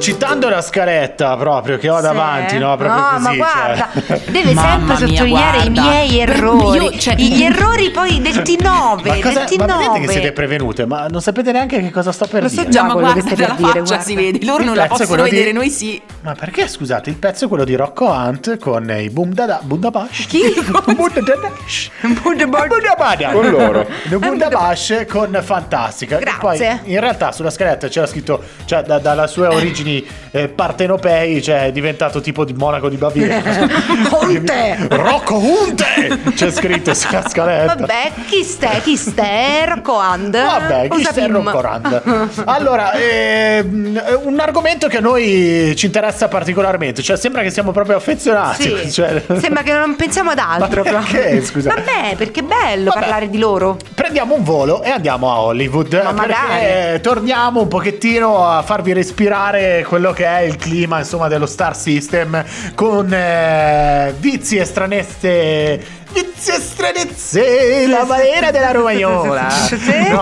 citando la scaretta proprio che ho davanti, no? Proprio no, ma così. guarda, cioè. deve Mamma sempre mia, sottolineare guarda. i miei errori. Io, cioè, gli errori poi del T9. Ma, cosa, del T9. ma vedete che siete prevenute, ma non sapete neanche che cosa sto per Lo so dire. già. No, ma quello che guarda, stai dalla per dire, faccia guarda. si vede. Loro Il non la pezzo è possono quello di- vedere, noi sì. Ma perché scusate, il pezzo è quello di Rocco Hunt con i Boom Dada Bundabash. Chi? Bundabash. Bundabash. Eh, Bundabash. Con loro. Il Bundabash con Fantastica. E Grazie. poi in realtà sulla scaletta c'era scritto, cioè da- dalle sue origini eh, partenopei, cioè è diventato tipo di Monaco di Baviera. Conte! Rocco Hunte! C'è scritto sulla scaletta. Vabbè, chi stai? Chi stai? Rocoand? Vabbè, chi sta Usabim. Corand. Allora, ehm, un argomento che a noi ci interessa particolarmente, cioè sembra che siamo proprio affezionati. Sì. cioè- Sembra che non pensiamo ad altro. Ma perché, proprio. scusa? Vabbè, perché è bello Vabbè. parlare di loro. Prendiamo un volo e andiamo a Hollywood. Ma perché magari. torniamo un pochettino a farvi respirare quello che è il clima, insomma, dello Star System con eh, vizi e stranezze. Vizi e stranezze, la balena della romagnola. Sì?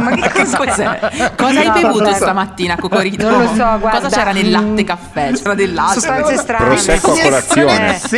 Ma che cosa? Cos'è? Cosa hai No, bevuto vabbè. stamattina, Cocorito? Non lo so, guarda. Cosa c'era nel latte Mm. caffè? C'era del latte? Sostanze strane. Prosecco a Sì, colazione. sì. Sì.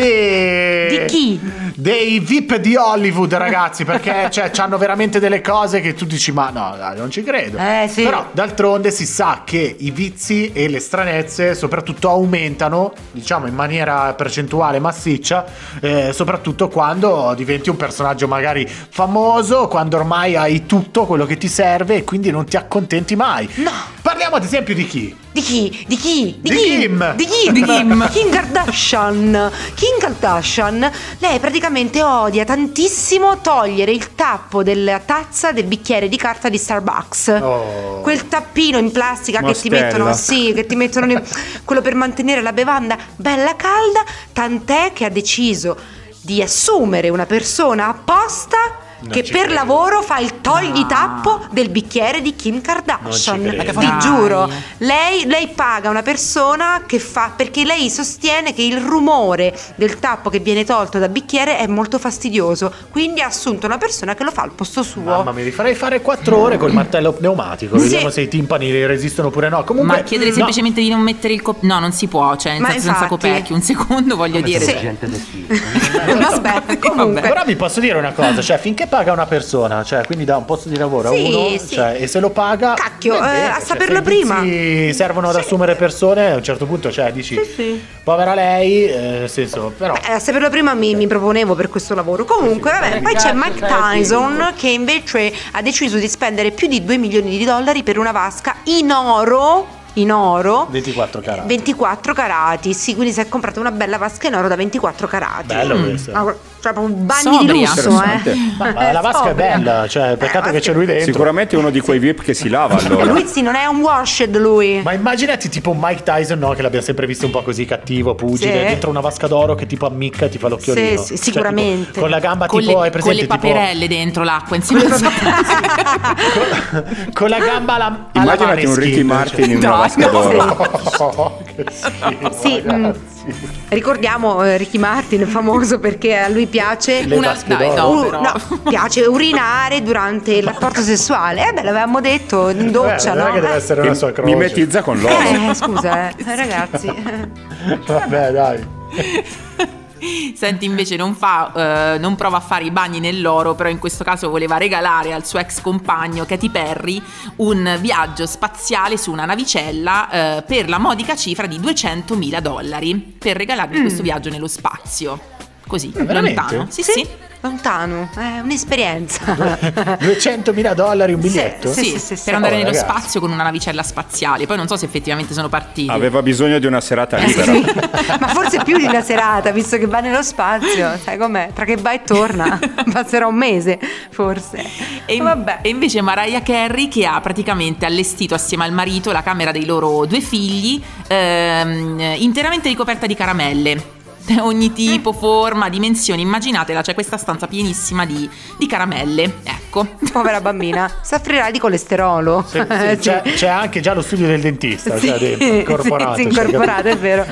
Di chi? Dei VIP di Hollywood, ragazzi, perché cioè, hanno veramente delle cose che tu dici, ma no, dai, non ci credo. Eh, sì. Però d'altronde si sa che i vizi e le stranezze soprattutto aumentano, diciamo in maniera percentuale massiccia, eh, soprattutto quando diventi un personaggio magari famoso, quando ormai hai tutto quello che ti serve e quindi non ti accontenti mai. No. Parliamo ad esempio di chi? Di chi? Di chi? Di Kim. Di Kim. Di Kim. Kim Kardashian. Kim Kardashian. Lei praticamente odia tantissimo togliere il tappo della tazza del bicchiere di carta di Starbucks. Oh. Quel tappino in plastica che ti Mastella. mettono, sì, che ti mettono ne- quello per mantenere la bevanda bella calda, tant'è che ha deciso di assumere una persona apposta Non che ci per credo. lavoro fa il togli tappo del bicchiere di Kim Kardashian. credo. Ti Dai. giuro, lei, lei paga una persona che fa perché lei sostiene che il rumore del tappo che viene tolto dal bicchiere è molto fastidioso. Quindi ha assunto una persona che lo fa al posto suo. Mamma mia, li farei fare 4 ore col martello pneumatico. Sì. Vediamo se i timpani resistono oppure no. Comunque, Ma chiedere no. semplicemente di non mettere il coperchio. No, non si può, cioè, nel Ma senso senza infatti. coperchio. Un secondo, voglio dire. Sì. gente vestiva. Vabbè, comunque. Eh, Però vi posso dire una cosa, cioè finché paga una persona, cioè quindi dà un posto di lavoro Sì, a uno, sì. cioè, e se lo paga... Cacchio, va eh, bene, a cioè, saperlo se i vizi prima. servono ad Sì. assumere persone, a un certo punto, cioè dici, Sì, sì. povera lei, eh, nel senso, però... Eh, a saperlo prima mi, mi proponevo per questo lavoro. Comunque, vabbè, poi c'è Mike Tyson che invece ha deciso di spendere più di 2 milioni di dollari per una vasca in oro. In oro 24 carati. 24 carati, sì, quindi si è comprato una bella vasca in oro da 24 carati. Bello questo. Ma guarda, Cioè, proprio bagni di Sobria. lusso, eh. Ma- ma la vasca è Sobria. bella, cioè peccato Eh, che c'è lui dentro. Sicuramente uno di quei VIP che si lava E allora. lui sì, non è un washed lui. Ma immaginati tipo un Mike Tyson, no? Che l'abbiamo sempre visto un po' così cattivo, pugile, Sì. dentro una vasca d'oro che tipo ammicca e ti fa l'occhiolino. Sì, sì, Cioè, sicuramente. tipo, con la gamba Con tipo, hai le, con le presente tipo... paperelle dentro l'acqua insieme al Con la gamba alla, alla Immaginati un Maneskin, Ricky cioè. Martin in una No, vasca no. d'oro. Oh, che schifo, Sì, mm. ragazzi. Ricordiamo eh, Ricky Martin, famoso perché a lui piace Le Una- vasche dai, d'oro. no. U- però. no, piace urinare durante il rapporto sessuale. Eh beh, l'avevamo detto in doccia, Beh, non è no? che deve Eh, essere una sua E croce. Mimetizza con l'oro. eh, scusa, eh, ragazzi. Vabbè, dai. Senti, invece non, fa, eh, non prova a fare i bagni nell'oro, però in questo caso voleva regalare al suo ex compagno Katy Perry un viaggio spaziale su una navicella eh, per la modica cifra di 200.000 dollari per regalargli questo viaggio nello spazio. Così, veramente? lontano. Sì, sì. Lontano, è un'esperienza. 200.000 dollari un Sì, biglietto? sì, Sì, sì, sì, sì. per andare Oh, nello ragazzi. spazio con una navicella spaziale. Poi non so se effettivamente sono partiti. Aveva bisogno di una serata Eh, libera. sì. Ma forse più di una serata, visto che va nello spazio, sai com'è? Tra che va e torna, passerà un mese, forse. E, in- Vabbè. e invece Mariah Carey che ha praticamente allestito assieme al marito la camera dei loro due figli ehm, interamente ricoperta di caramelle. Ogni tipo, forma, dimensioni, immaginatela, c'è questa stanza pienissima di, di caramelle. Ecco. Povera bambina, soffrirà di colesterolo. Sì, sì, Sì. C'è, c'è anche già lo studio del dentista, cioè, Sì, dentro, incorporato. sì, sì, cioè, incorporato, è vero.